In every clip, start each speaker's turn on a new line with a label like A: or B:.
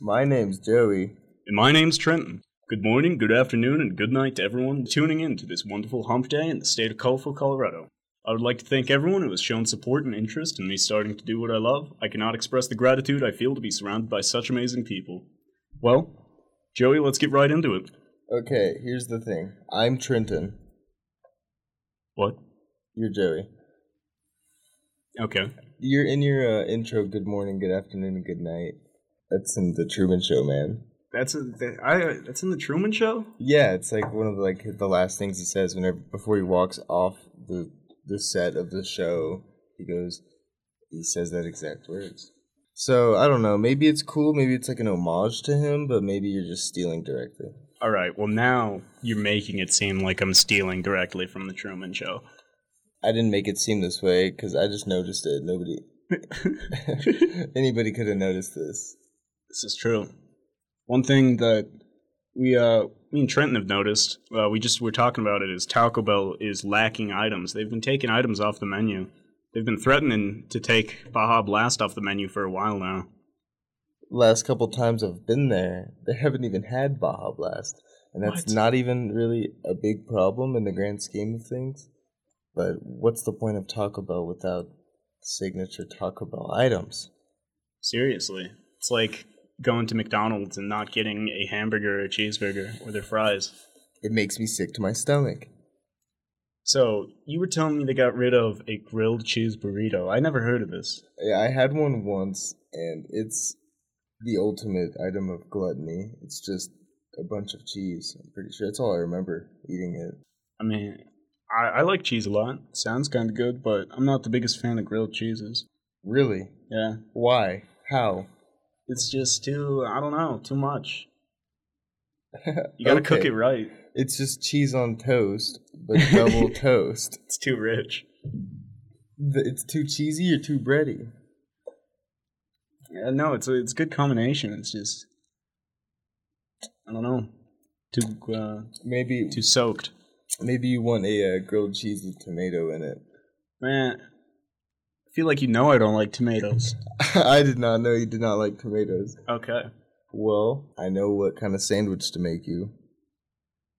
A: My name's Joey.
B: And my name's Trenton. Good morning, good afternoon, and good night to everyone tuning in to this wonderful hump day in the state of colorful Colorado. I would like to thank everyone who has shown support and interest in me starting to do what I love. I cannot express the gratitude I feel to be surrounded by such amazing people. Well, Joey, let's get right into it.
A: Okay, here's the thing. I'm Trenton.
B: What?
A: You're Joey.
B: Okay.
A: You're in your uh, intro. Good morning, good afternoon, and good night. That's in the Truman Show, man.
B: That's a, that, I, that's in the Truman Show?
A: Yeah, it's like one of the, like the last things he says whenever before he walks off the the set of the show. He goes, he says that exact words. So I don't know. Maybe it's cool. Maybe it's like an homage to him, but maybe you're just stealing directly.
B: All right, well, now you're making it seem like I'm stealing directly from the Truman Show.
A: I didn't make it seem this way because I just noticed it. Nobody, anybody could have noticed this.
B: This is true. One thing that we uh me and Trenton have noticed, uh, we just were talking about it, is Taco Bell is lacking items. They've been taking items off the menu. They've been threatening to take Baja Blast off the menu for a while now.
A: Last couple times I've been there, they haven't even had Baja Blast, and that's
B: What?
A: not even really a big problem in the grand scheme of things. But what's the point of Taco Bell without signature Taco Bell items?
B: Seriously. It's like going to McDonald's and not getting a hamburger or a cheeseburger or their fries.
A: It makes me sick to my stomach.
B: So, you were telling me they got rid of a grilled cheese burrito. I never heard of this.
A: Yeah, I had one once, and it's the ultimate item of gluttony. It's just a bunch of cheese. I'm pretty sure that's all I remember eating it.
B: I mean, I, I like cheese a lot. Sounds kind of good, but I'm not the biggest fan of grilled cheeses.
A: Really?
B: Yeah.
A: Why? How?
B: It's just too, I don't know, too much. You gotta cook
A: Okay.
B: it right.
A: It's just cheese on toast, but double toast.
B: It's too rich.
A: Th- It's too cheesy or too bready.
B: Yeah, no, it's a, it's a good combination. It's just, I don't know, too uh,
A: Maybe
B: too soaked.
A: maybe you want a uh, grilled cheese with tomato in it.
B: Man, I feel like you know I don't like tomatoes.
A: I did not know you did not like tomatoes.
B: Okay.
A: Well, I know what kind of sandwich to make you.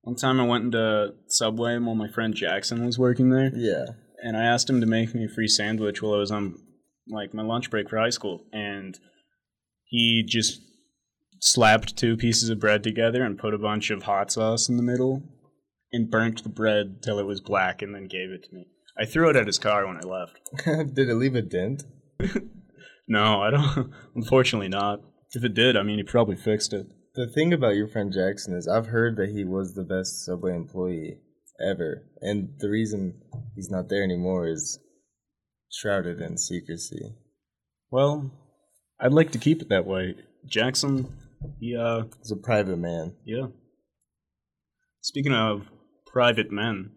B: One time I went into Subway while my friend Jackson was working there,
A: Yeah.
B: and I asked him to make me a free sandwich while I was on like my lunch break for high school, and he just slapped two pieces of bread together and put a bunch of hot sauce in the middle and burnt the bread till it was black and then gave it to me. I threw it at his car when I left.
A: did it leave a dent?
B: No, I don't. Unfortunately, not. If it did, I mean, he probably fixed it.
A: The thing about your friend Jackson is I've heard that he was the best Subway employee ever. And the reason he's not there anymore is shrouded in secrecy.
B: Well, I'd like to keep it that way. Jackson, he, uh,
A: He's a private man.
B: Yeah. Speaking of private men,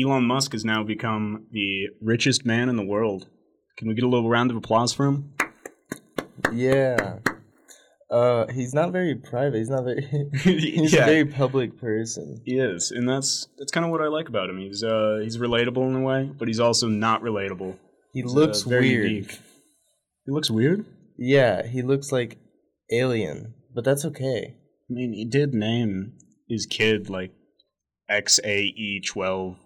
B: Elon Musk has now become the richest man in the world. Can we get a little round of applause for him?
A: Yeah. Uh, he's not very private. He's not very. he's a very public person.
B: he is, and that's that's kind of what I like about him. He's uh he's relatable in a way, but he's also not relatable.
A: He
B: He's, uh,
A: looks
B: very
A: weird.
B: unique. He looks weird.
A: Yeah, he looks like alien, but that's okay.
B: I mean, he did name his kid like X A E twelve.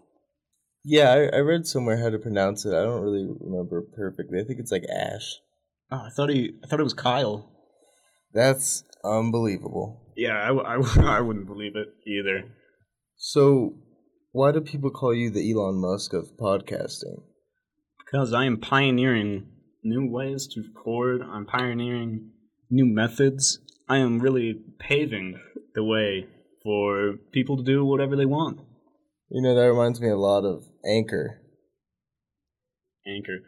A: Yeah, I, I read somewhere how to pronounce it. I don't really remember perfectly. I think it's like Ash.
B: Oh, I thought he I thought it was Kyle.
A: That's unbelievable.
B: Yeah, I, w- I w- I wouldn't believe it either.
A: So, why do people call you the Elon Musk of podcasting?
B: because I am pioneering new ways to record. I'm pioneering new methods. I am really paving the way for people to do whatever they want.
A: You know, that reminds me a lot of Anchor.
B: Anchor.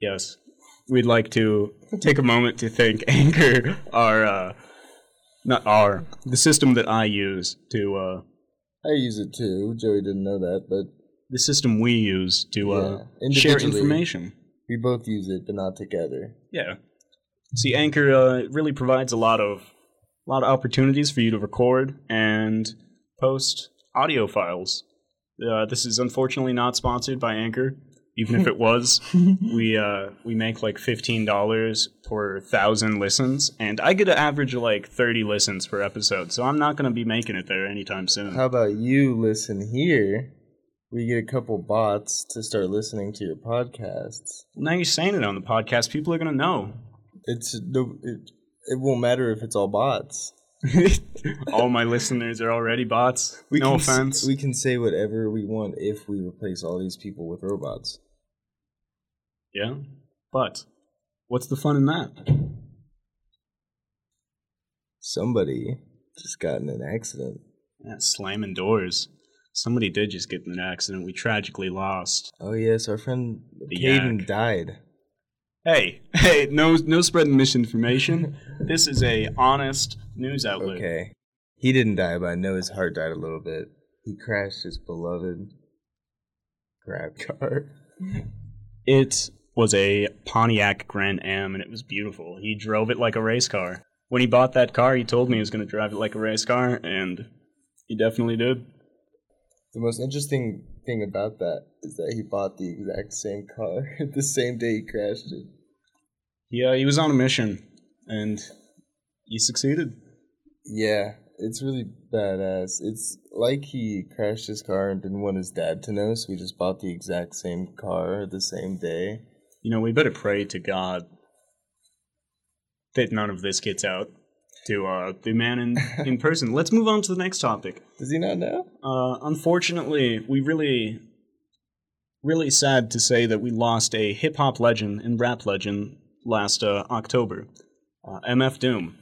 B: Yes. We'd like to take a moment to thank Anchor, our, uh, not our, the system that I use to, uh,
A: I use it too. Joey didn't know that, but
B: the system we use to, uh,
A: Yeah,
B: share
A: individually.
B: information.
A: we both use it, but not together.
B: Yeah. See, Anchor uh, really provides a lot of a lot of opportunities for you to record and post audio files. Uh, this is unfortunately not sponsored by Anchor, Even if it was, we uh, we make like fifteen dollars per thousand listens, and I get an average of like thirty listens per episode. So I'm not gonna be making it there anytime soon.
A: How about you listen here? We get a couple bots to start listening to your podcasts.
B: now you're saying it on the podcast, people are gonna know.
A: It's no, it, it won't matter if it's all bots.
B: All my listeners are already bots.
A: We
B: no
A: can s-
B: offense.
A: we can say whatever we want if we replace all these people with robots.
B: yeah, but what's the fun in that?
A: Somebody just got in an accident.
B: Yeah, slamming doors. Somebody did just get in an accident. We tragically lost.
A: Oh yes, our friend
B: The
A: Caden
B: yak.
A: died.
B: Hey, hey, no, no spreading misinformation. this is a honest news outlet.
A: Okay. He didn't die, but I know his heart died a little bit. He crashed his beloved grab car.
B: It was a Pontiac Grand Am, and it was beautiful. He drove it like a race car. When he bought that car, he told me he was going to drive it like a race car, and he definitely did.
A: The most interesting thing about that is that he bought the exact same car the same day he crashed it.
B: Yeah, he was on a mission, and he succeeded.
A: Yeah, it's really badass. It's like he crashed his car and didn't want his dad to know, so he just bought the exact same car the same day.
B: You know, we better pray to God that none of this gets out to uh, the man in, in person. Let's move on to the next topic.
A: Does he not know?
B: Uh, unfortunately, we really, really sad to say that we lost a hip hop legend and rap legend last uh, October, uh, MF Doom.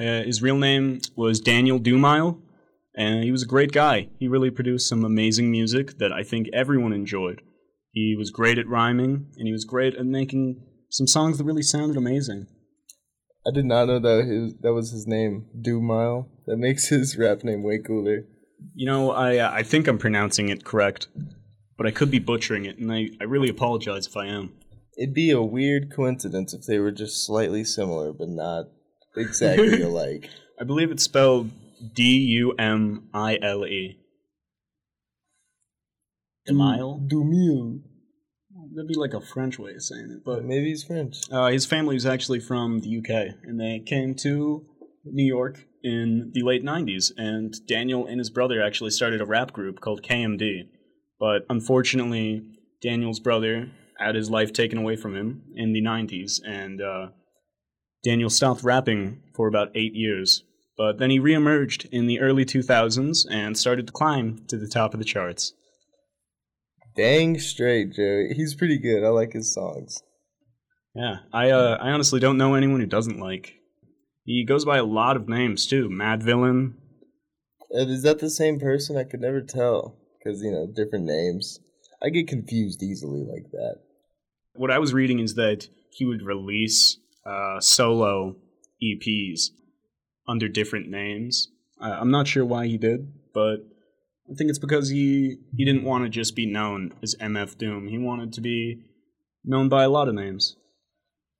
B: Uh, his real name was Daniel Doomile, and he was a great guy. He really produced some amazing music that I think everyone enjoyed. He was great at rhyming, and he was great at making some songs that really sounded amazing.
A: I did not know that his, that was his name, Doom Mile. That makes his rap name way cooler.
B: You know, I uh, I think I'm pronouncing it correct, but I could be butchering it, and I, I really apologize if I am.
A: It'd be a weird coincidence if they were just slightly similar, but not exactly alike.
B: I believe it's spelled D U M I L E. Demile?
A: Dumil.
B: That'd be like a French way of saying it.
A: But
B: But
A: maybe he's French.
B: uh, his family was actually from the UK, and they came to New York in the late 90s. And Daniel and his brother actually started a rap group called KMD. But unfortunately, Daniel's brother had his life taken away from him in the 90s, and uh, Daniel stopped rapping for about eight years. But then he reemerged in the early 2000s and started to climb to the top of the charts.
A: Dang straight, Joey. He's pretty good. I like his songs.
B: Yeah, I uh, I honestly don't know anyone who doesn't like. He goes by a lot of names too. Mad Villain.
A: Uh, Is that the same person? I could never tell because you know different names. I get confused easily like that.
B: What I was reading is that he would release uh, solo EPs under different names. Uh, I'm not sure why he did, but I think it's because he he didn't want to just be known as MF Doom. He wanted to be known by a lot of names.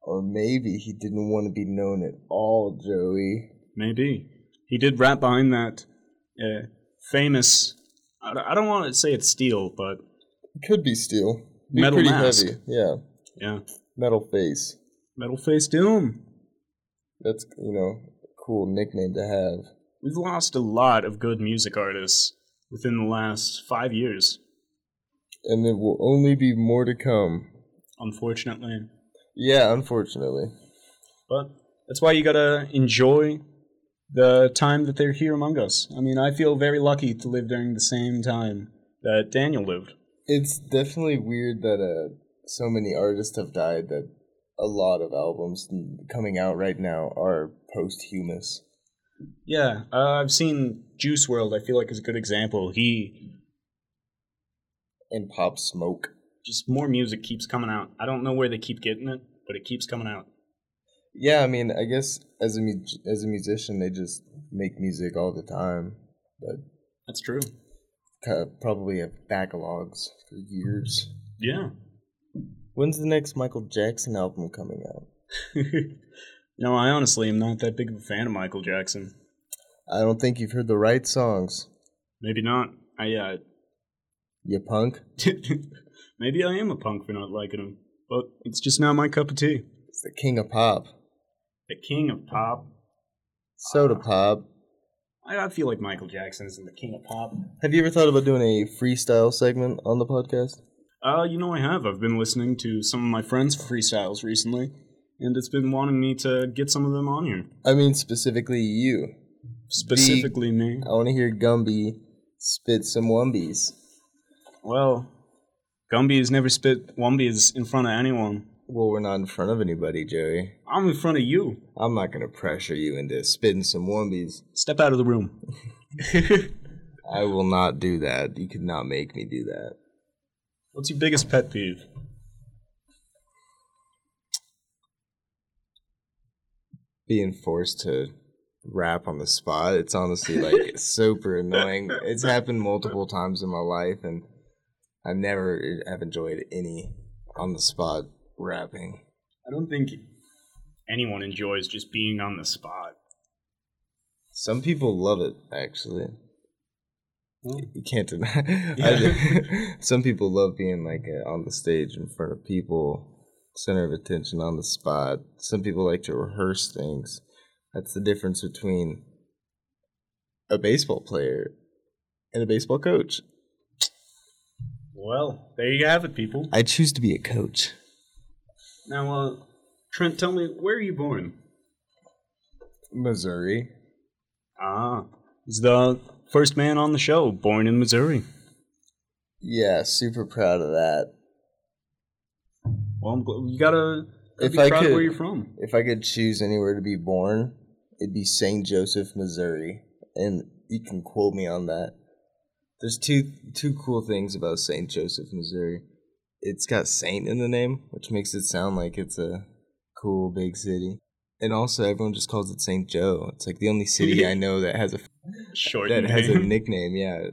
A: Or maybe he didn't want to be known at all, Joey.
B: Maybe he did rap behind that uh, famous. I don't- I don't want to say it's steel, but
A: It could be steel. Be
B: Metal
A: pretty
B: mask.
A: heavy. Yeah,
B: yeah.
A: metal face.
B: Metal Face Doom.
A: That's you know a cool nickname to have.
B: We've lost a lot of good music artists within the last five years,
A: And there will only be more to come.
B: unfortunately.
A: Yeah, unfortunately.
B: But that's why you gotta enjoy the time that they're here among us. I mean, I feel very lucky to live during the same time that Daniel lived.
A: It's definitely weird that uh, so many artists have died that a lot of albums coming out right now are posthumous.
B: Yeah, uh, I've seen Juice World. I feel like is a good example. He
A: and Pop Smoke.
B: just more music keeps coming out. I don't know where they keep getting it, but it keeps coming out.
A: Yeah, I mean, I guess as a mu- as a musician, they just make music all the time, but
B: That's true.
A: ca- probably have backlogs for years.
B: Yeah.
A: When's the next Michael Jackson album coming out?
B: no, I honestly am not that big of a fan of Michael Jackson.
A: I don't think you've heard the right songs,
B: Maybe not. I uh,
A: you punk.
B: Maybe I am a punk for not liking him, but it's just not my cup of tea.
A: It's the king of pop.
B: The king of pop.
A: Soda pop.
B: I, I feel like Michael Jackson isn't the king of pop.
A: Have you ever thought about doing a freestyle segment on the podcast?
B: Uh, you know, I have. I've been listening to some of my friends' freestyles recently, and it's been wanting me to get some of them on here.
A: I mean, specifically you.
B: Specifically, me.
A: I want to hear Gumby spit some wumbies.
B: Well, Gumby has never spit Wumbies in front of anyone.
A: Well, we're not in front of anybody, Joey.
B: I'm in front of you.
A: I'm not going to pressure you into spitting some wumbies.
B: Step out of the room.
A: I will not do that. You could not make me do that.
B: What's your biggest pet peeve?
A: Being forced to rap on the spot, it's honestly like super annoying. It's happened multiple times in my life, and I never uh, have enjoyed any on the spot rapping.
B: I don't think anyone enjoys just being on the spot.
A: Some people love it, actually. You can't deny.
B: Yeah.
A: I- some people love being like uh, on the stage in front of people, center of attention on the spot. Some people like to rehearse things. That's the difference between a baseball player and a baseball coach.
B: Well, there you have it, people.
A: I choose to be a coach.
B: Now, uh, Trent, tell me, where are you born?
A: Missouri.
B: Ah, he's the first man on the show born in Missouri.
A: Yeah, super proud of that.
B: Well, I'm gl- you gotta, gotta
A: If
B: be
A: I
B: proud of
A: could-
B: where you're from.
A: If I could choose anywhere to be born, it'd be St. Joseph, Missouri, and you can quote me on that. There's two two cool things about St. Joseph, Missouri. It's got saint in the name, which makes it sound like it's a cool big city. And also, everyone just calls it St. Joe. It's like the only city I know that has a
B: Short
A: that has a
B: name.
A: nickname. Yeah,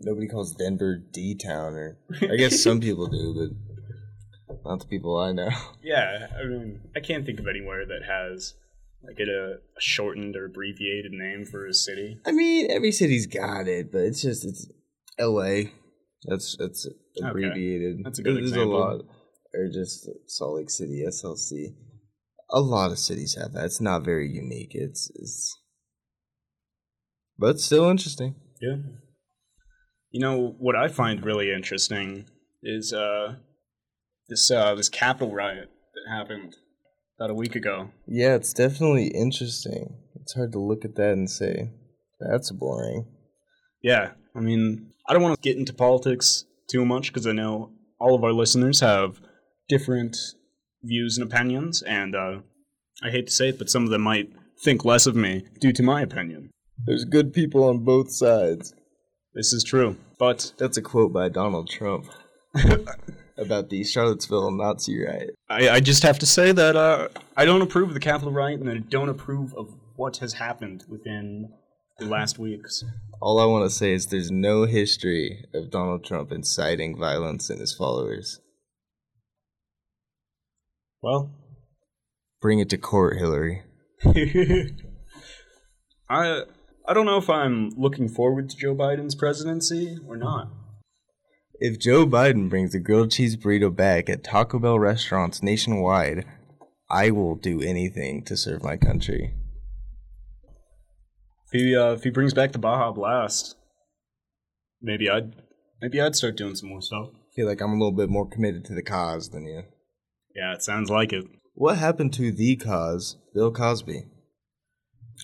A: nobody calls Denver D Town, or I guess some people do, but not the people I know.
B: Yeah, I mean, I can't think of anywhere that has like a, a shortened or abbreviated name for a city.
A: I mean, every city's got it, but it's just it's L.A. That's that's abbreviated.
B: That's a good
A: There's
B: example.
A: a lot, or just Salt Lake City, SLC. A lot of cities have that. It's not very unique. It's it's, but still interesting.
B: Yeah. You know what I find really interesting is uh, this uh, this Capitol riot that happened about a week ago.
A: Yeah, it's definitely interesting. It's hard to look at that and say that's boring.
B: Yeah, I mean, I don't want to get into politics too much because I know all of our listeners have different views and opinions, and uh, I hate to say it, but some of them might think less of me due to my opinion.
A: There's good people on both sides.
B: This is true, but
A: That's a quote by Donald Trump about the Charlottesville Nazi riot.
B: I, I just have to say that uh, I don't approve of the Capitol riot, and I don't approve of what has happened within the last weeks.
A: All I want to say is there's no history of Donald Trump inciting violence in his followers.
B: Well,
A: Bring it to court, Hillary.
B: I I don't know if I'm looking forward to Joe Biden's presidency or not.
A: If Joe Biden brings the grilled cheese burrito back at Taco Bell restaurants nationwide, I will do anything to serve my country.
B: If he uh, if he brings back the Baja Blast, maybe I'd maybe I'd start doing some more stuff.
A: I feel like I'm a little bit more committed to the cause than you.
B: Yeah, it sounds like it.
A: What happened to the cause, Bill Cosby?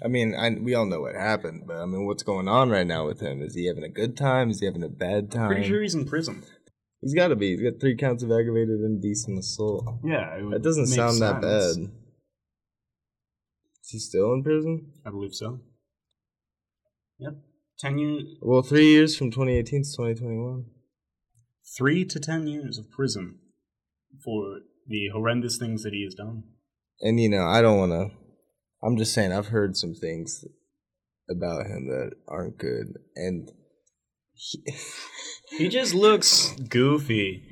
A: I mean, I, we all know what happened, but I mean, what's going on right now with him? Is he having a good time? Is he having a bad time?
B: Pretty sure he's in prison.
A: He's got to be. He's got three counts of aggravated indecent assault.
B: Yeah, it
A: That doesn't sound that bad. Is he still in prison?
B: I believe so. Yep, ten years,
A: Well, three years from 2018 to 2021.
B: three to ten years of prison for the horrendous things that he has done.
A: And, you know, I don't want to. I'm just saying, I've heard some things about him that aren't good. And. He,
B: He just looks goofy.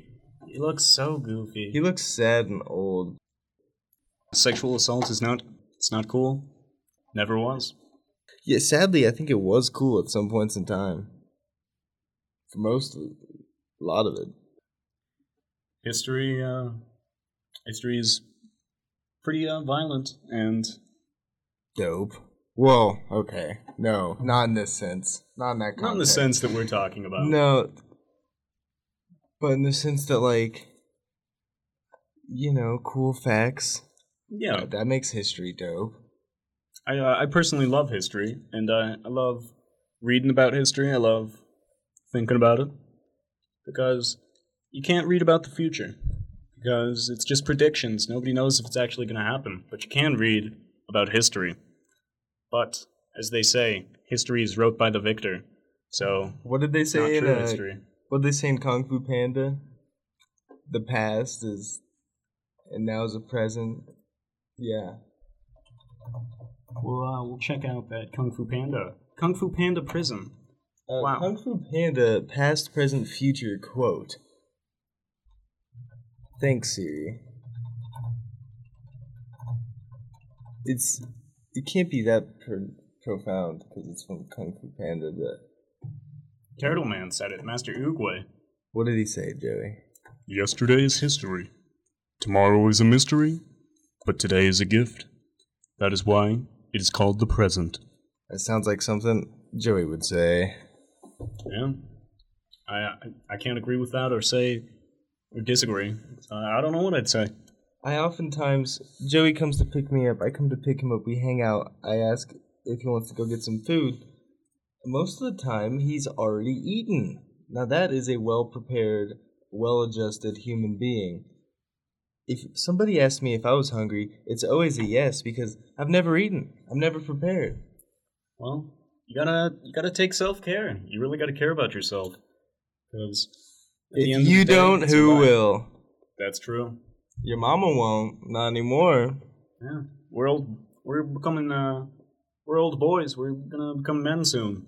B: He looks so goofy.
A: he looks sad and old.
B: Sexual assault is not it's not cool. Never was.
A: Yeah, sadly, I think it was cool at some points in time. For most of it. A lot of it.
B: history uh, history is pretty uh, violent and
A: Dope. Well, okay. No, not in this sense. Not in that context.
B: not in the sense that we're talking about.
A: No. But in the sense that, like, you know, cool facts. uh,
B: Yeah,
A: That makes history dope.
B: I uh, I personally love history and I I love reading about history. I love thinking about it because you can't read about the future because it's just predictions. Nobody knows if it's actually going to happen, but you can read about history. But as they say, history is wrote by the victor. So
A: What did they
B: it's not
A: say in
B: true
A: uh,
B: history.
A: What did they say in Kung Fu Panda? The past is, and now is the present. Yeah.
B: Well, uh, we'll check out that Kung Fu Panda. Kung Fu Panda Prison.
A: Uh,
B: Wow.
A: Kung Fu Panda, past, present, future quote. Thanks, Siri. It's it can't be that pro- profound because it's from Kung Fu Panda. But
B: Turtle Man said it, Master Oogway.
A: what did he say, Joey?
B: Yesterday is history. Tomorrow is a mystery, but today is a gift. That is why it is called the present.
A: That sounds like something Joey would say.
B: Yeah. I I- I can't agree with that or say or disagree. Uh, I don't know what I'd say.
A: I oftentimes Joey comes to pick me up. I come to pick him up. We hang out. I ask if he wants to go get some food. Most of the time, he's already eaten. Now that is a well-prepared, well-adjusted human being. If somebody asked me if I was hungry, it's always a yes because I've never eaten. I'm never prepared.
B: Well, you gotta you gotta take self care. You really gotta care about yourself. Because
A: If you don't, who will?
B: That's true.
A: Your mama won't. Not anymore.
B: Yeah, we're old. We're becoming uh, we're old boys. We're gonna become men soon,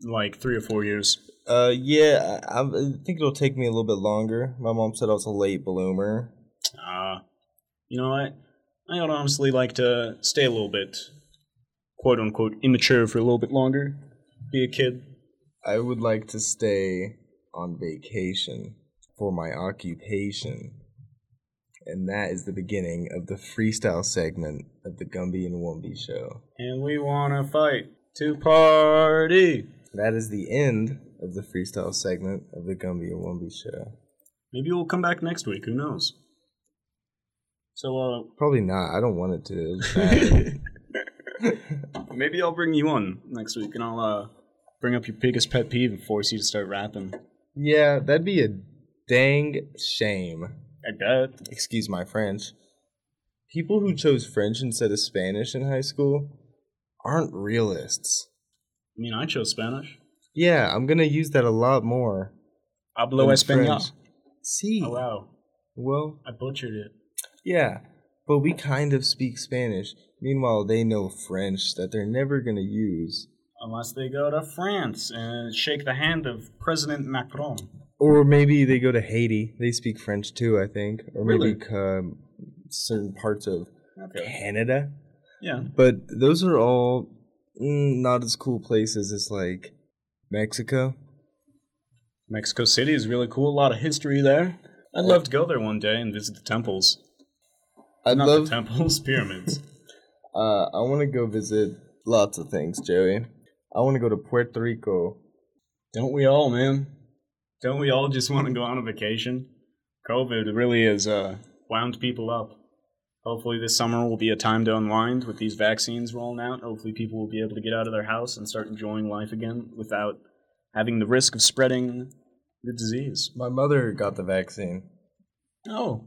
B: in like three or four years.
A: Uh, yeah, I, I think it'll take me a little bit longer. My mom said I was a late bloomer.
B: Uh, you know, I I would honestly like to stay a little bit, quote unquote, immature for a little bit longer, be a kid.
A: I would like to stay on vacation for my occupation. And that is the beginning of the freestyle segment of the Gumby and Wumby show.
B: And we wanna fight to party.
A: That is the end of the freestyle segment of the Gumby and Wumby show.
B: Maybe we'll come back next week. Who knows? So uh,
A: Probably not. I don't want it to. It was bad.
B: Maybe I'll bring you on next week, and I'll uh, bring up your biggest pet peeve and force you to start rapping.
A: yeah, that'd be a dang shame.
B: I bet.
A: Excuse my French. People who chose French instead of Spanish in high school aren't realists.
B: I mean, I chose Spanish.
A: Yeah, I'm gonna use that a lot more.
B: Hablo
A: in
B: español.
A: French. See,
B: Oh, wow.
A: well,
B: I butchered it.
A: yeah, but we kind of speak Spanish. Meanwhile, they know French that they're never gonna use,
B: Unless they go to France and shake the hand of President Macron.
A: or maybe they go to Haiti. They speak French too, I think, or maybe
B: Really?
A: um, certain parts of
B: Okay.
A: Canada.
B: Yeah.
A: But those are all mm, not as cool places as like Mexico.
B: Mexico City is really cool. A lot of history there. I'd love to go there one day and visit the temples.
A: I
B: Not
A: love
B: the temples, pyramids.
A: Uh, I want to go visit lots of things, Joey. I want to go to Puerto Rico.
B: Don't we all, man? Don't we all just want to go on a vacation? COVID really has uh, wound people up. Hopefully, this summer will be a time to unwind with these vaccines rolling out. Hopefully, people will be able to get out of their house and start enjoying life again without having the risk of spreading the disease.
A: My mother got the vaccine.
B: Oh,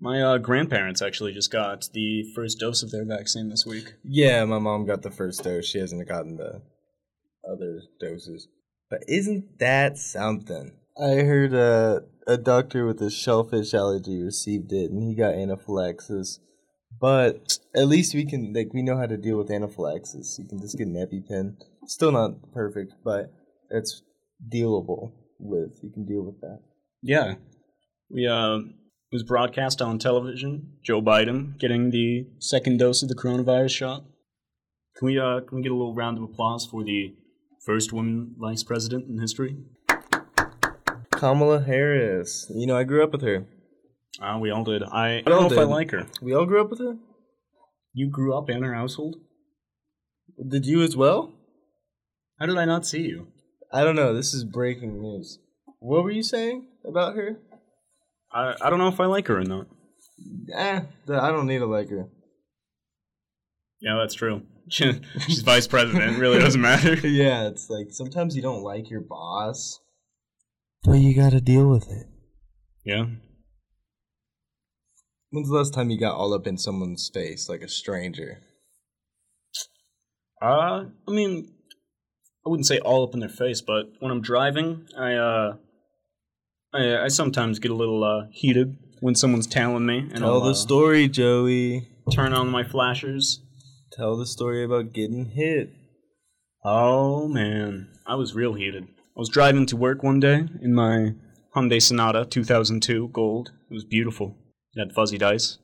B: my uh, grandparents actually just got the first dose of their vaccine this week.
A: Yeah, my mom got the first dose. She hasn't gotten the other doses. But isn't that something? I heard uh, a doctor with a shellfish allergy received it, and he got anaphylaxis. But at least we can like we know how to deal with anaphylaxis. You can just get an EpiPen. Still not perfect, but it's dealable with. You can deal with that.
B: Yeah. We uh it was broadcast on television, Joe Biden getting the second dose of the coronavirus shot. Can we uh can we get a little round of applause for the first woman vice president in history?
A: Kamala Harris. You know, I grew up with her.
B: Uh, we all did. I, I don't
A: all
B: know if I
A: did.
B: like her.
A: We all grew up with her.
B: You grew up in her household?
A: Did you as well?
B: How did I not see you?
A: I don't know. This is breaking news. What were you saying about her?
B: I, I don't know if I like her or not.
A: Eh, th- I don't need to like her.
B: Yeah, that's true. She's vice president. It really doesn't matter.
A: yeah, it's like sometimes you don't like your boss, but you gotta deal with it.
B: Yeah.
A: When's the last time you got all up in someone's face like a stranger?
B: Uh, I mean, I wouldn't say all up in their face, but when I'm driving, I uh, I, I sometimes get a little uh, heated when someone's tailing me, and
A: Tell
B: I'll
A: the
B: uh,
A: story, Joey.
B: turn on my flashers.
A: Tell the story about getting hit.
B: Oh man, I was real heated. I was driving to work one day in my Hyundai Sonata 2002 Gold. It was beautiful. It had fuzzy dice.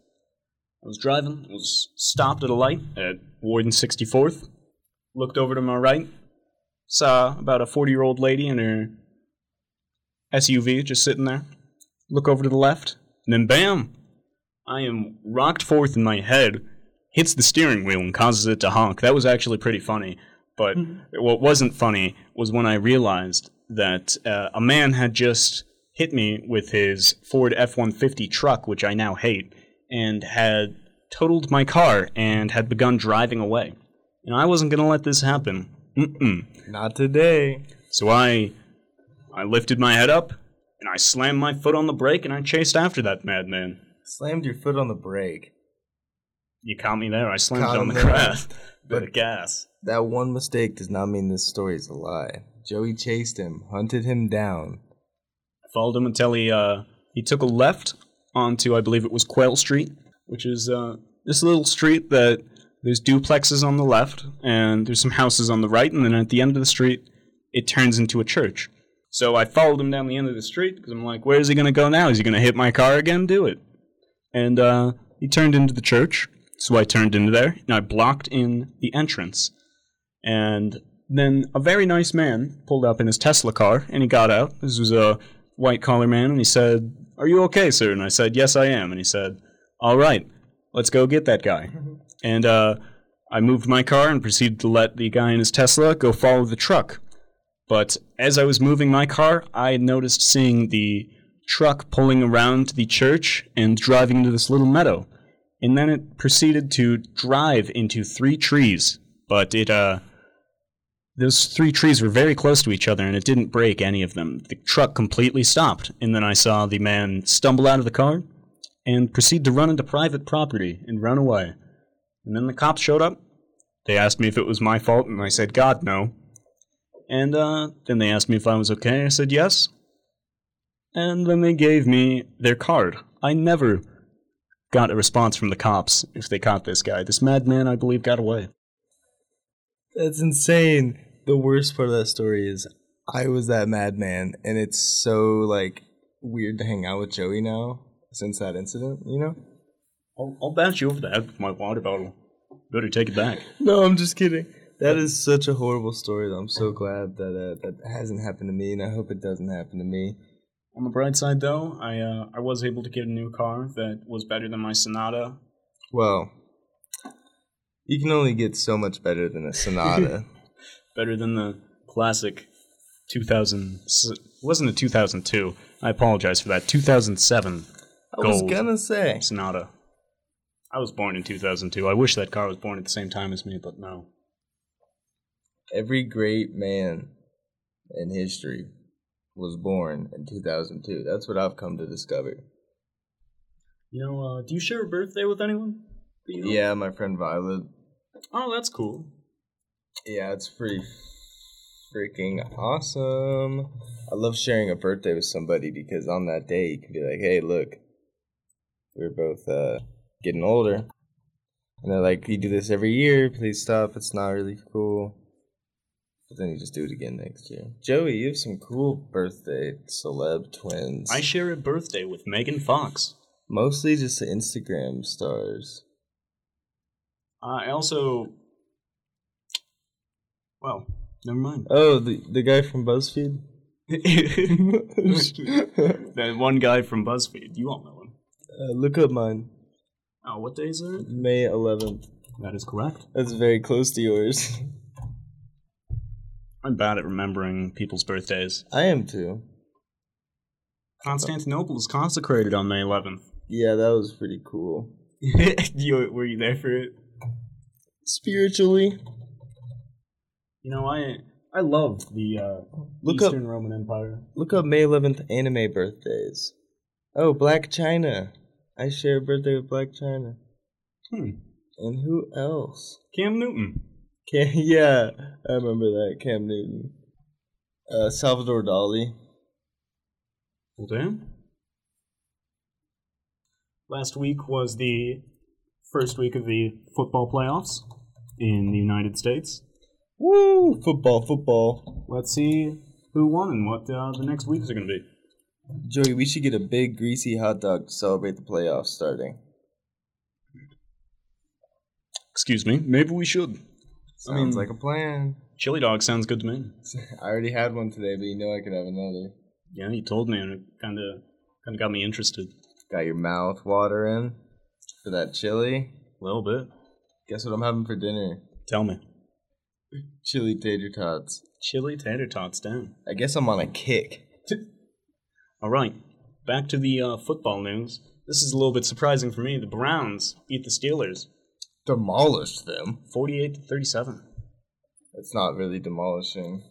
B: I was driving. I was stopped at a light at Ward and 64th. Looked over to my right. Saw about a 40 year old lady in her SUV just sitting there. Look over to the left, and then bam! I am rocked forth in my head, hits the steering wheel, and causes it to honk. That was actually pretty funny. But
A: Mm-hmm.
B: what wasn't funny was when I realized that uh, a man had just hit me with his Ford F 150 truck, which I now hate, and had totaled my car and had begun driving away. And I wasn't going to let this happen. Mm-mm.
A: Not today.
B: So I I lifted my head up and I slammed my foot on the brake and I chased after that madman.
A: Slammed your foot on the brake.
B: You caught me there. I slammed
A: Caught
B: it on
A: him
B: the
A: there.
B: grass. Bit
A: But-
B: of gas.
A: That one mistake does not mean this story is a lie. Joey chased him, hunted him down.
B: I followed him until he uh, he took a left onto I believe it was Quail Street, which is uh, this little street that there's duplexes on the left and there's some houses on the right, and then at the end of the street it turns into a church. So I followed him down the end of the street because I'm like, where is he gonna go now? Is he gonna hit my car again? Do it. And uh, he turned into the church, so I turned into there and I blocked in the entrance. And then a very nice man pulled up in his Tesla car and he got out. This was a white collar man and he said, Are you okay, sir? And I said, Yes, I am. And he said, All right, let's go get that guy. And uh, I moved my car and proceeded to let the guy in his Tesla go follow the truck. But as I was moving my car, I noticed seeing the truck pulling around the church and driving into this little meadow. And then it proceeded to drive into three trees, but it uh, those three trees were very close to each other and it didn't break any of them. The truck completely stopped, and then I saw the man stumble out of the car and proceed to run into private property and run away. And then the cops showed up. They asked me if it was my fault, and I said, God, no. And uh, then they asked me if I was okay. I said, yes. And then they gave me their card. I never got a response from the cops if they caught this guy. This madman, I believe, got away.
A: That's insane. The worst part of that story is I was that madman, and it's so like weird to hang out with Joey now since that incident. You know?
B: I'll, I'll bounce you over the head with my water bottle. Better take it back.
A: No, I'm just kidding. That is such a horrible story. Though. I'm so glad that uh, that hasn't happened to me, and I hope it doesn't happen to me.
B: On the bright side, though, I uh, I was able to get a new car that was better than my Sonata.
A: Well, you can only get so much better than a Sonata.
B: better than the classic 2000 s- wasn't a 2002 i apologize for that 2007
A: I was
B: Gold.
A: gonna say
B: sonata i was born in 2002 i wish that car was born at the same time as me but no
A: every great man in history was born in 2002. That's what I've come to discover.
B: you know uh, do you share a birthday with anyone Do you know?
A: Yeah, my friend Violet.
B: oh that's cool
A: Yeah, it's pretty freaking awesome. I love sharing a birthday with somebody because on that day you can be like, "Hey, look, we're both uh, getting older," and they're like, "You do this every year. Please stop. It's not really cool." But then you just do it again next year. Joey, you have some cool birthday celeb twins.
B: i share a birthday with megan fox
A: Mostly just the Instagram stars.
B: Uh, i also well never mind
A: Oh, the the guy from BuzzFeed.
B: that one guy from buzzfeed you all know him
A: Uh, look up mine.
B: Oh, what day is it?
A: May 11th.
B: That is correct.
A: That's very close to yours.
B: I'm bad at remembering people's birthdays.
A: I am too.
B: Constantinople is consecrated on May 11th.
A: Yeah, that was pretty cool.
B: you, were you there for it?
A: Spiritually,
B: You know, I I love the uh,
A: Look up-
B: Eastern Roman Empire.
A: look up May 11th anime birthdays. Oh, Black China. I share a birthday with Black China.
B: Hmm.
A: And who else?
B: Cam Newton.
A: Cam, yeah, I remember that. Cam Newton. Uh, Salvador Dali.
B: Well, damn. Last week was the first week of the football playoffs in the United States.
A: Woo! Football, football.
B: Let's see who won and what uh, the next weeks are going to be.
A: Joey, we should get a big greasy hot dog to celebrate the playoffs starting.
B: Excuse me. Maybe we should. I mean-
A: Sounds like a plan.
B: Chili dog sounds good to me.
A: Mm. I already had one today, but you know I could have another.
B: Yeah, you told me, and it kind of kind of got me interested
A: Got your mouth watering for that chili.
B: a little bit.
A: Guess what I'm having for dinner?
B: Tell me,
A: Chili tater tots.
B: chili tater tots down.
A: I guess I'm on a kick.
B: All right, back to the uh, football news. This is a little bit surprising for me. The Browns beat the Steelers,
A: Demolished them.
B: forty-eight to thirty-seven.
A: It's not really demolishing.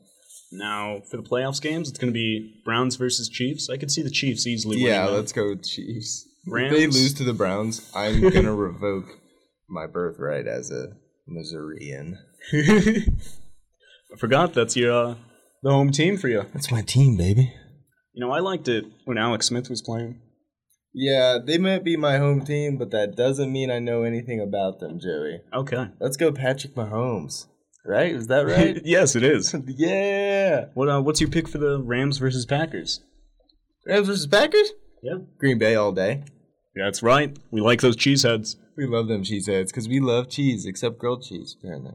B: Now for the playoffs games, it's going to be Browns versus Chiefs. I could see the Chiefs easily.
A: Yeah,
B: winning that.
A: let's go with Chiefs.
B: Rams.
A: If they lose to the Browns, I'm gonna revoke my birthright as a Missourian.
B: I forgot that's your uh, the home team for you.
A: That's my team, baby.
B: You know, I liked it when Alex Smith was playing.
A: Yeah, they might be my home team, but that doesn't mean I know anything about them, Joey.
B: Okay.
A: Let's go, Patrick Mahomes. Right? Is that right?
B: yes, it is.
A: yeah.
B: What uh, what's your pick for the Rams versus Packers?
A: Rams versus Packers.
B: Yeah.
A: Green Bay all day.
B: That's right. We like those cheeseheads.
A: We love them cheeseheads because we love cheese, except grilled cheese. Apparently,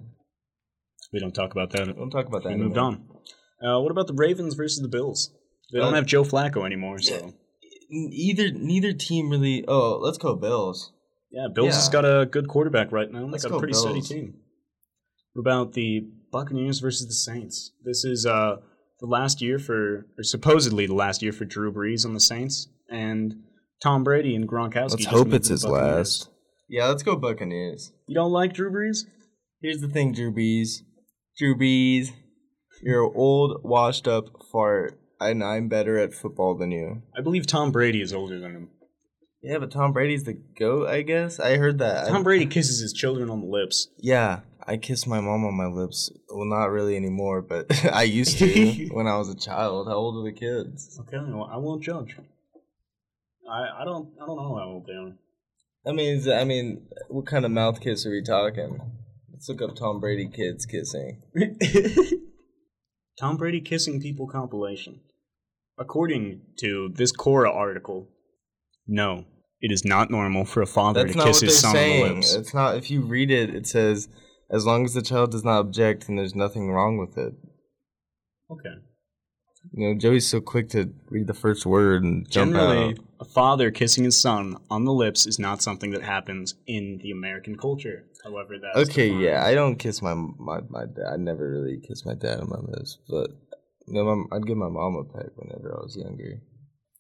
B: We don't talk about that.
A: don't talk about that.
B: We moved
A: anymore.
B: on. Uh, what about the Ravens versus the Bills? They don't
A: Uh,
B: have Joe Flacco anymore, so
A: N- Either neither team really. Oh, let's go Bills.
B: yeah, Bills has
A: Yeah.
B: got a good quarterback right now. They
A: Let's
B: got a
A: go
B: pretty steady
A: Bills.
B: team. What about the Buccaneers versus the Saints? This is uh, the last year for, or supposedly the last year for Drew Brees on the Saints and Tom Brady and Gronkowski. just moved to the Buccaneers.
A: Yeah, let's go Buccaneers.
B: You don't like Drew Brees?
A: Here's the thing, Drew Brees. Drew Brees, you're an old, washed up fart, and I'm better at football than you.
B: I believe Tom Brady is older than him.
A: Yeah, but Tom Brady's the goat, I guess. I heard that. I-
B: Tom Brady kisses his children on the lips.
A: yeah, I kiss my mom on my lips. Well, not really anymore, but I used to when I was a child. How old are the kids?
B: Okay, well, I won't judge. I, I don't I don't know how old they are.
A: I mean, is- I mean, what kind of mouth kiss are we talking? Let's look up Tom Brady kids kissing.
B: Tom Brady kissing people compilation. According to this Cora article, no, it is not normal for a father
A: That's
B: to
A: not
B: kiss
A: what they're
B: his son on the
A: saying.
B: lips.
A: It's not. If you read it, it says, "As long as the child does not object, and there's nothing wrong with it."
B: Okay.
A: You know, Joey's so quick to read the first word and jump
B: Generally,
A: out.
B: a father kissing his son on the lips is not something that happens in the American culture. However, that's
A: Okay,
B: defined.
A: yeah, I don't kiss my my my dad. I never really kissed my dad on my lips, but no, mom, I'd give my mom a peck whenever I was younger.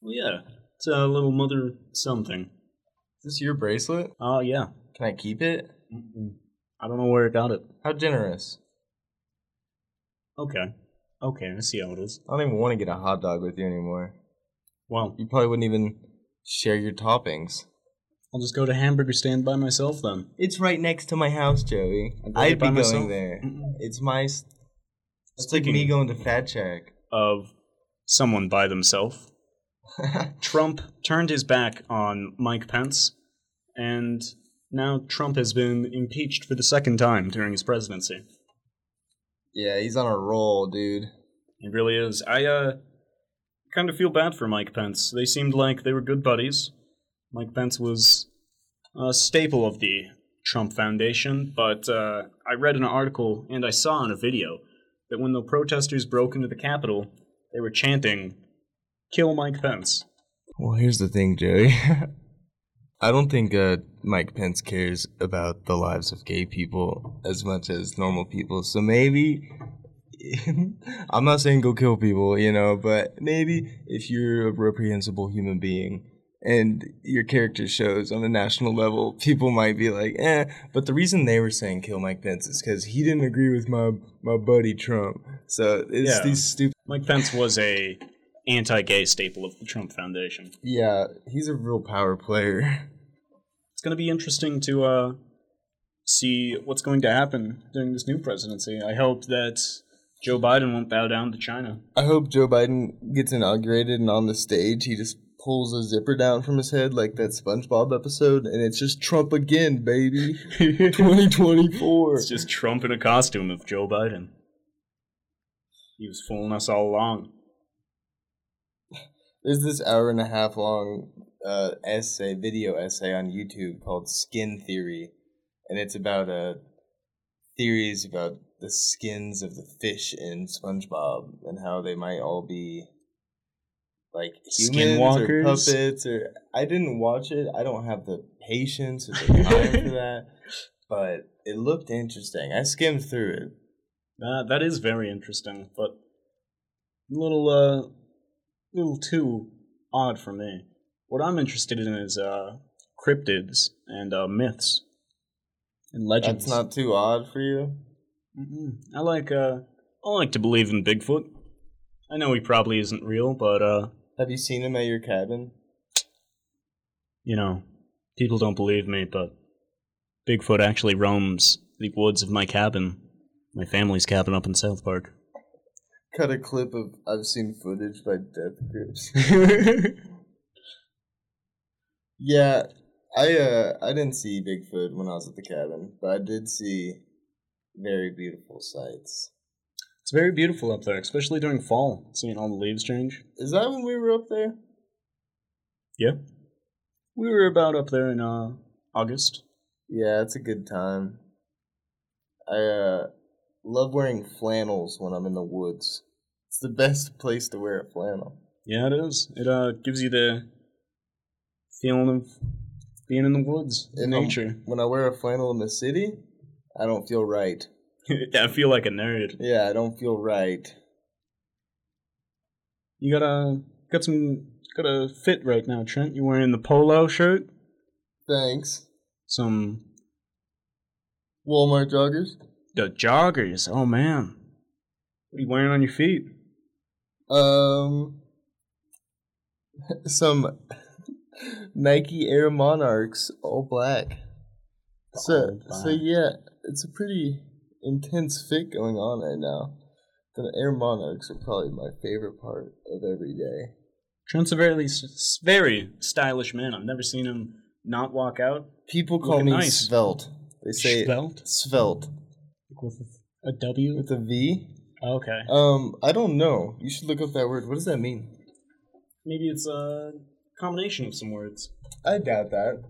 B: Well, yeah, it's a little mother something.
A: Is this your bracelet?
B: Oh yeah.
A: Can I keep it?
B: Mm-mm. I don't know where it got it.
A: How generous!
B: Okay. Okay, I see how it is.
A: I don't even want to get a hot dog with you anymore.
B: Well,
A: You probably wouldn't even share your toppings.
B: I'll just go to hamburger stand by myself then.
A: It's right next to my house, Joey.
B: I did it
A: I'd
B: by
A: be
B: myself. Mm-hmm.
A: going there. Mm.
B: Mm-mm.
A: It's my. s- It's like
B: Speaking-
A: me going to Fat Check.
B: Of someone by themselves. Trump turned his back on Mike Pence, and now Trump has been impeached for the second time during his presidency.
A: yeah, he's on a roll, dude.
B: It really is. I uh kind of feel bad for Mike Pence. They seemed like they were good buddies. Mike Pence was a staple of the Trump Foundation, but uh, I read an article and I saw in a video that when the protesters broke into the Capitol, they were chanting, "Kill Mike Pence."
A: Well, here's the thing, Joey. I don't think uh, Mike Pence cares about the lives of gay people as much as normal people. So maybe I'm not saying go kill people, you know, but maybe if you're a reprehensible human being and your character shows on a national level, people might be like, eh. But the reason they were saying kill Mike Pence is because he didn't agree with my my buddy Trump. So it's
B: Yeah.
A: these stupid.
B: Mike Pence was a anti-gay staple of the Trump Foundation.
A: Yeah, he's a real power player.
B: It's going to be interesting to uh, see what's going to happen during this new presidency. I hope that Joe Biden won't bow down to China.
A: I hope Joe Biden gets inaugurated and on the stage he just pulls a zipper down from his head like that SpongeBob episode, and it's just Trump again, baby.
B: it's
A: 2024.
B: just Trump in a costume of Joe Biden. He was fooling us all along.
A: There's this hour and a half long uh, essay, video essay on YouTube called Skin Theory, and it's about uh, theories about the skins of the fish in SpongeBob and how they might all be like humans or
B: Skinwalkers?
A: puppets. Or I didn't watch it. I don't have the patience or the time for that. But it looked interesting. I skimmed through it.
B: Uh, that is very interesting, but a little, uh, little too odd for me. What I'm interested in is uh, cryptids and uh, myths and legends.
A: That's not too odd for you.
B: Mm-mm. I like uh, I like to believe in Bigfoot. I know he probably isn't real, but uh,
A: Have you seen him at your cabin?
B: you know, people don't believe me, but Bigfoot actually roams the woods of my cabin, my family's cabin up in South Park.
A: cut a clip of I've seen footage by Death Grips. yeah, I uh I didn't see Bigfoot when I was at the cabin, but I did see very beautiful sights.
B: It's very beautiful up there, especially during fall, seeing all the leaves change.
A: Is that when we were up there?
B: Yeah. We were about up there in uh August.
A: Yeah, it's a good time. I uh love wearing flannels when I'm in the woods. It's the best place to wear a flannel.
B: Yeah, it is. It uh gives you the feeling of being in the woods, in
A: And I'm-
B: nature.
A: When I wear a flannel in the city, I don't feel right.
B: I feel like a nerd.
A: Yeah, I don't feel right.
B: You got a got some got a fit right now, Trent. You're wearing the polo shirt,
A: Thanks.
B: some
A: Walmart joggers.
B: the joggers. Oh man, what are you wearing on your feet?
A: Um, some Nike Air Monarchs, all black. So,
B: All
A: so
B: black.
A: yeah, it's a pretty intense fit going on right now. The Air Monarchs are probably my favorite part of every day.
B: Trent's a very s- very stylish man. I've never seen him not walk out.
A: People call
B: Looking
A: me
B: nice.
A: svelte. They say
B: Svelte?
A: svelte
B: with a W.
A: with a V.
B: oh, Okay,
A: Um, I don't know. You should look up that word. What does that mean?
B: maybe it's a combination of some words.
A: I doubt that.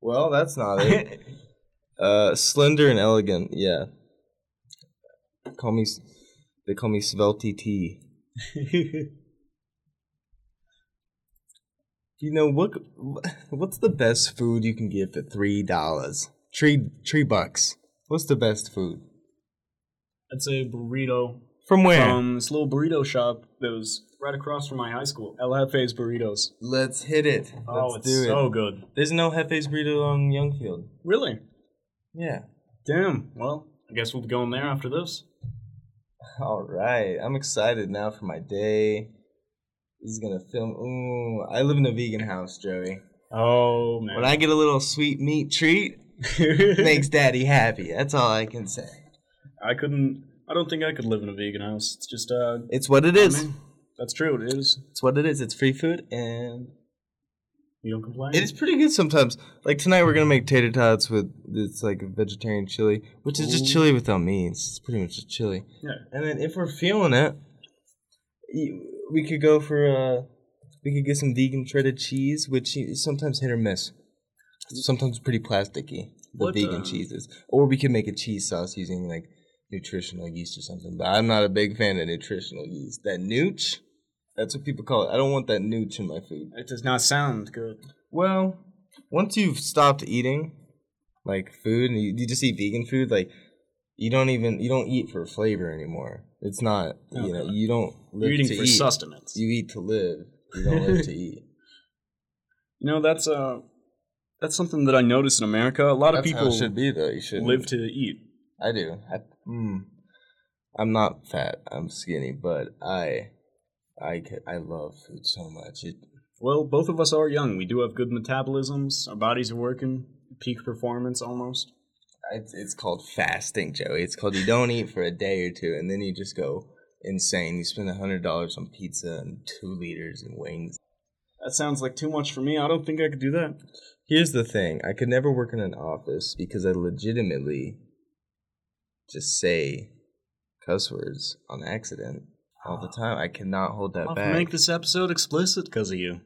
A: Well, that's not it.
B: That's
A: Uh, slender and elegant. Yeah. Call me. s- They call me Svelte T. You know what? What's the best food you can get for three dollars? Three three bucks. What's the best food?
B: a burrito
A: From where?
B: from this little burrito shop that was right across from my high school. El Jefe's Burritos.
A: Let's hit it. Let's
B: Oh, it's
A: do it.
B: so good.
A: There's no Hefe's burrito on Youngfield.
B: Really?
A: Yeah.
B: Damn. Well, I guess we'll be going there after this.
A: All right. I'm excited now for my day. This is gonna film. Ooh, I live in a vegan house, Joey.
B: Oh man.
A: When I get a little sweet meat treat, makes daddy happy. That's all I can say.
B: I couldn't. I don't think I could live in a vegan house. It's just uh.
A: It's what it is.
B: mean, that's true. It is.
A: It's what it is. It's free food and
B: You don't complain.
A: it is pretty good sometimes. Like tonight we're gonna make tater tots with it's like a vegetarian chili, which is just
B: Ooh.
A: chili without meat. It's pretty much just chili.
B: Yeah.
A: And then if we're feeling it, y- we could go for uh we could get some vegan shredded cheese, which is sometimes hit or miss. Sometimes pretty plasticky. The
B: What,
A: vegan
B: uh,
A: cheeses, or we could make a cheese sauce using like nutritional yeast or something. But I'm not a big fan of nutritional yeast. That nooch, That's what people call it. I don't want that nooch in my food.
B: It does not sound good.
A: Well, once you've stopped eating like food and you, you just eat vegan food, like you don't even you don't eat for flavor anymore. It's not you know
B: Okay.
A: you don't live
B: You're eating
A: to
B: for
A: eat.
B: sustenance. You
A: you eat to live. You don't live to eat.
B: know that's uh that's something that I notice in America. A lot of
A: That's how
B: people
A: it should be though. You should
B: live to eat.
A: I do. I, mm, I'm not fat. I'm skinny, but I, I, ca- I love food so much. It,
B: Well, both of us are young. We do have good metabolisms. Our bodies are working peak performance almost.
A: it's, it's called fasting, Joey. It's called you don't eat for a day or two, and then you just go insane. You spend a hundred dollars on pizza and two liters and wings.
B: That sounds like too much for me. I don't think I could do that.
A: Here's the thing: I could never work in an office because I legitimately just say cuss words on accident all the time. I cannot hold that
B: I'll
A: back.
B: make this episode explicit because of you.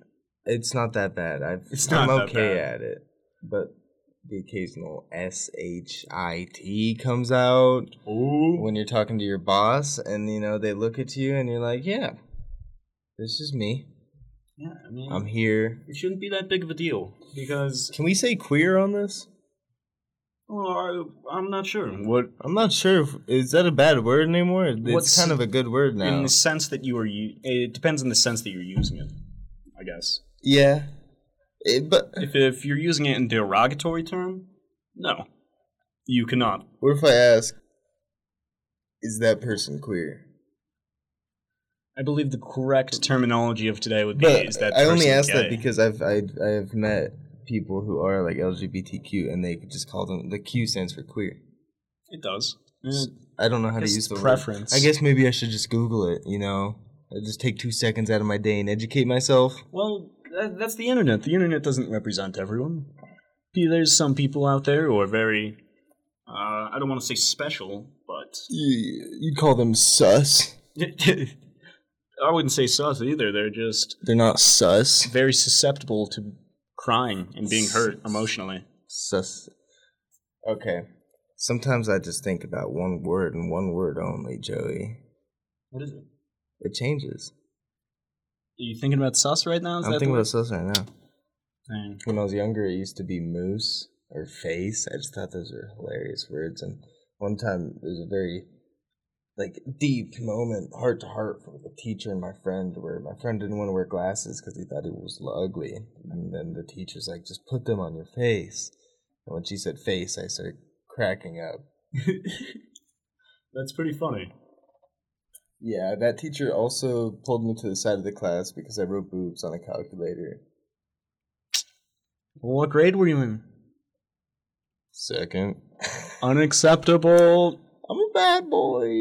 A: It's not that bad. I've,
B: It's
A: I'm
B: not that
A: okay
B: bad.
A: at it, but the occasional S H I T comes out
B: Ooh.
A: when you're talking to your boss, and you know they look at you, and you're like, "Yeah, this is me.
B: Yeah, I mean,
A: I'm here."
B: it shouldn't be that big of a deal because
A: Can we say queer on this?
B: well, I, I'm not sure what
A: I'm not sure. If, is that a bad word anymore? It's
B: What's-
A: kind of a good word now.
B: in the sense that you are. U- it depends on the sense that you're using it, I guess.
A: yeah, It- but
B: If if you're using it in derogatory term, no, you cannot.
A: what if I ask, is that person queer?
B: I believe the correct terminology of today would be
A: But
B: is that
A: I only
B: person
A: ask that
B: gay?
A: because I've I, I have met people who are like LGBTQ and they just call them the Q stands for queer.
B: it does. Yeah,
A: I don't know how to
B: Guess
A: use the word.
B: preference.
A: I guess maybe I should just Google it. You know, I just take two seconds out of my day and educate myself.
B: Well, that, that's the internet. The internet doesn't represent everyone. P- There's some people out there who are very, uh, I don't want to say special, but
A: You you call them sus?
B: I wouldn't say sus either. They're just
A: They're not sus.
B: very susceptible to crying and being hurt emotionally.
A: Sus. Okay. Sometimes I just think about one word and one word only, Joey.
B: What is it? Are
A: It changes.
B: you thinking about sus right now? Is
A: I'm
B: that the
A: thinking
B: word?
A: about sus right now.
B: Dang.
A: when I was younger, it used to be moose or face. I just thought those were hilarious words. And one time, it was a very like deep moment, heart to heart, with a teacher and my friend, where my friend didn't want to wear glasses because he thought it was ugly. And then the teacher's like, "Just put them on your face." And when she said face, I started cracking up.
B: That's pretty funny.
A: Yeah, that teacher also pulled me to the side of the class because I wrote boobs on a calculator.
B: Well, what grade were you in?
A: Second,
B: Unacceptable.
A: I'm a bad boy.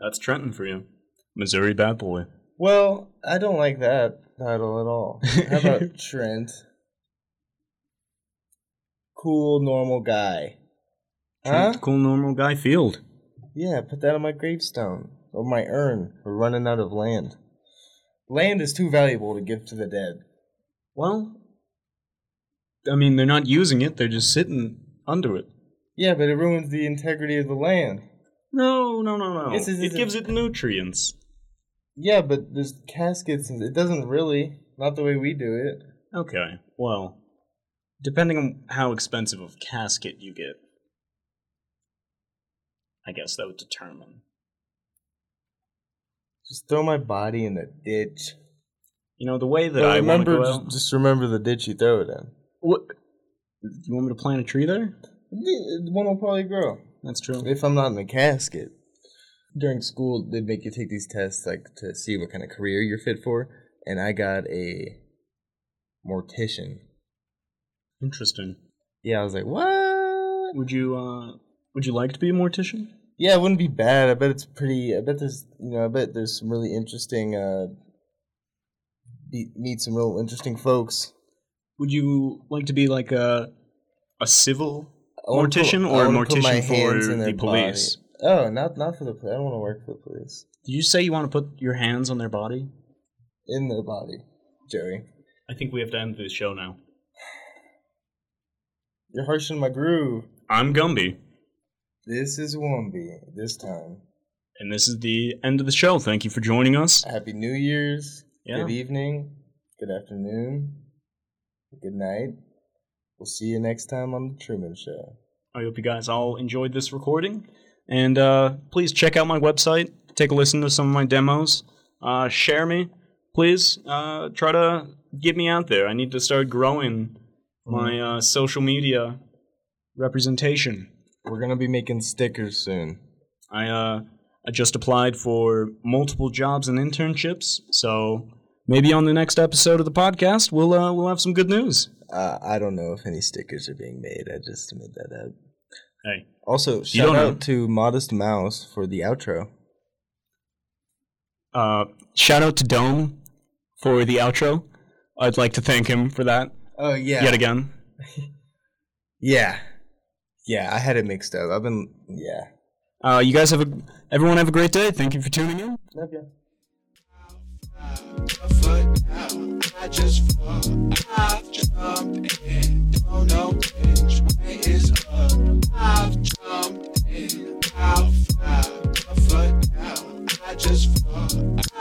B: That's Trenton for you. Missouri bad boy.
A: Well, I don't like that title at all. How about Trent? Cool, normal guy. Huh?
B: Trent, cool, normal guy field.
A: Yeah, put that on my gravestone or my urn. We're running out of land. Land is too valuable to give to the dead.
B: Well, I mean, they're not using it, they're just sitting under it.
A: Yeah, but it ruins the integrity of the land.
B: No, no, no, no.
A: Yes, yes,
B: it
A: yes,
B: gives it nutrients.
A: Yeah, but there's caskets. And it doesn't really. Not the way we do it.
B: Okay, well, depending on how expensive of casket you get, I guess that would determine.
A: Just throw my body in the ditch.
B: You know, the way that
A: But
B: I
A: remember,
B: want to go
A: just,
B: out.
A: just remember the ditch you throw it in.
B: What? You want me to plant a tree there?
A: The One will probably grow.
B: That's true.
A: If I'm not in the casket. During school, they make you take these tests like to see what kind of career you're fit for, and I got a mortician.
B: Interesting.
A: Yeah, I was like, what?
B: Would you, uh, would you like to be a mortician?
A: Yeah, it wouldn't be bad. I bet it's pretty. I bet there's, you know, I bet there's some really interesting. uh be, Meet some real interesting folks.
B: Would you like to be like a, a civil
A: I wanna
B: Mortician
A: put-
B: or
A: I wanna put my
B: mortician for
A: hands in
B: the
A: their
B: police?
A: body. Oh, not not for the police. I don't want to work for the police.
B: Did you say you want to put your hands on their body?
A: In their body, Joey.
B: I think we have to end the show now.
A: You're harshing my groove.
B: I'm Gumby,
A: This is Wombi. This time.
B: and this is the end of the show. Thank you for joining us.
A: Happy New Year's.
B: Yeah.
A: Good evening. Good afternoon. Good night. We'll see you next time on the Truman Show.
B: I hope you guys all enjoyed this recording. And uh, please check out my website. Take a listen to some of my demos. Uh, share me. Please uh, try to get me out there. I need to start growing my uh, social media representation.
A: We're gonna be making stickers soon.
B: I, uh, I just applied for multiple jobs and internships. So maybe on the next episode of the podcast, we'll, uh, we'll have some good news.
A: Uh, I don't know if any stickers are being made. I just made that up.
B: Hey.
A: Also,
B: don't
A: shout
B: know.
A: out to Modest Mouse for the outro.
B: Uh, shout out to Dome for the outro. I'd like to thank him for that
A: Oh yeah.
B: yet again.
A: Yeah. Yeah, I had it mixed up. I've been yeah.
B: Uh, you guys have a everyone have a great day. Thank you for tuning in.
A: Love you.
C: A foot down, I just fall. I've jumped in, don't know which way is up. I've jumped in, I'll fly. A foot down, I just fall.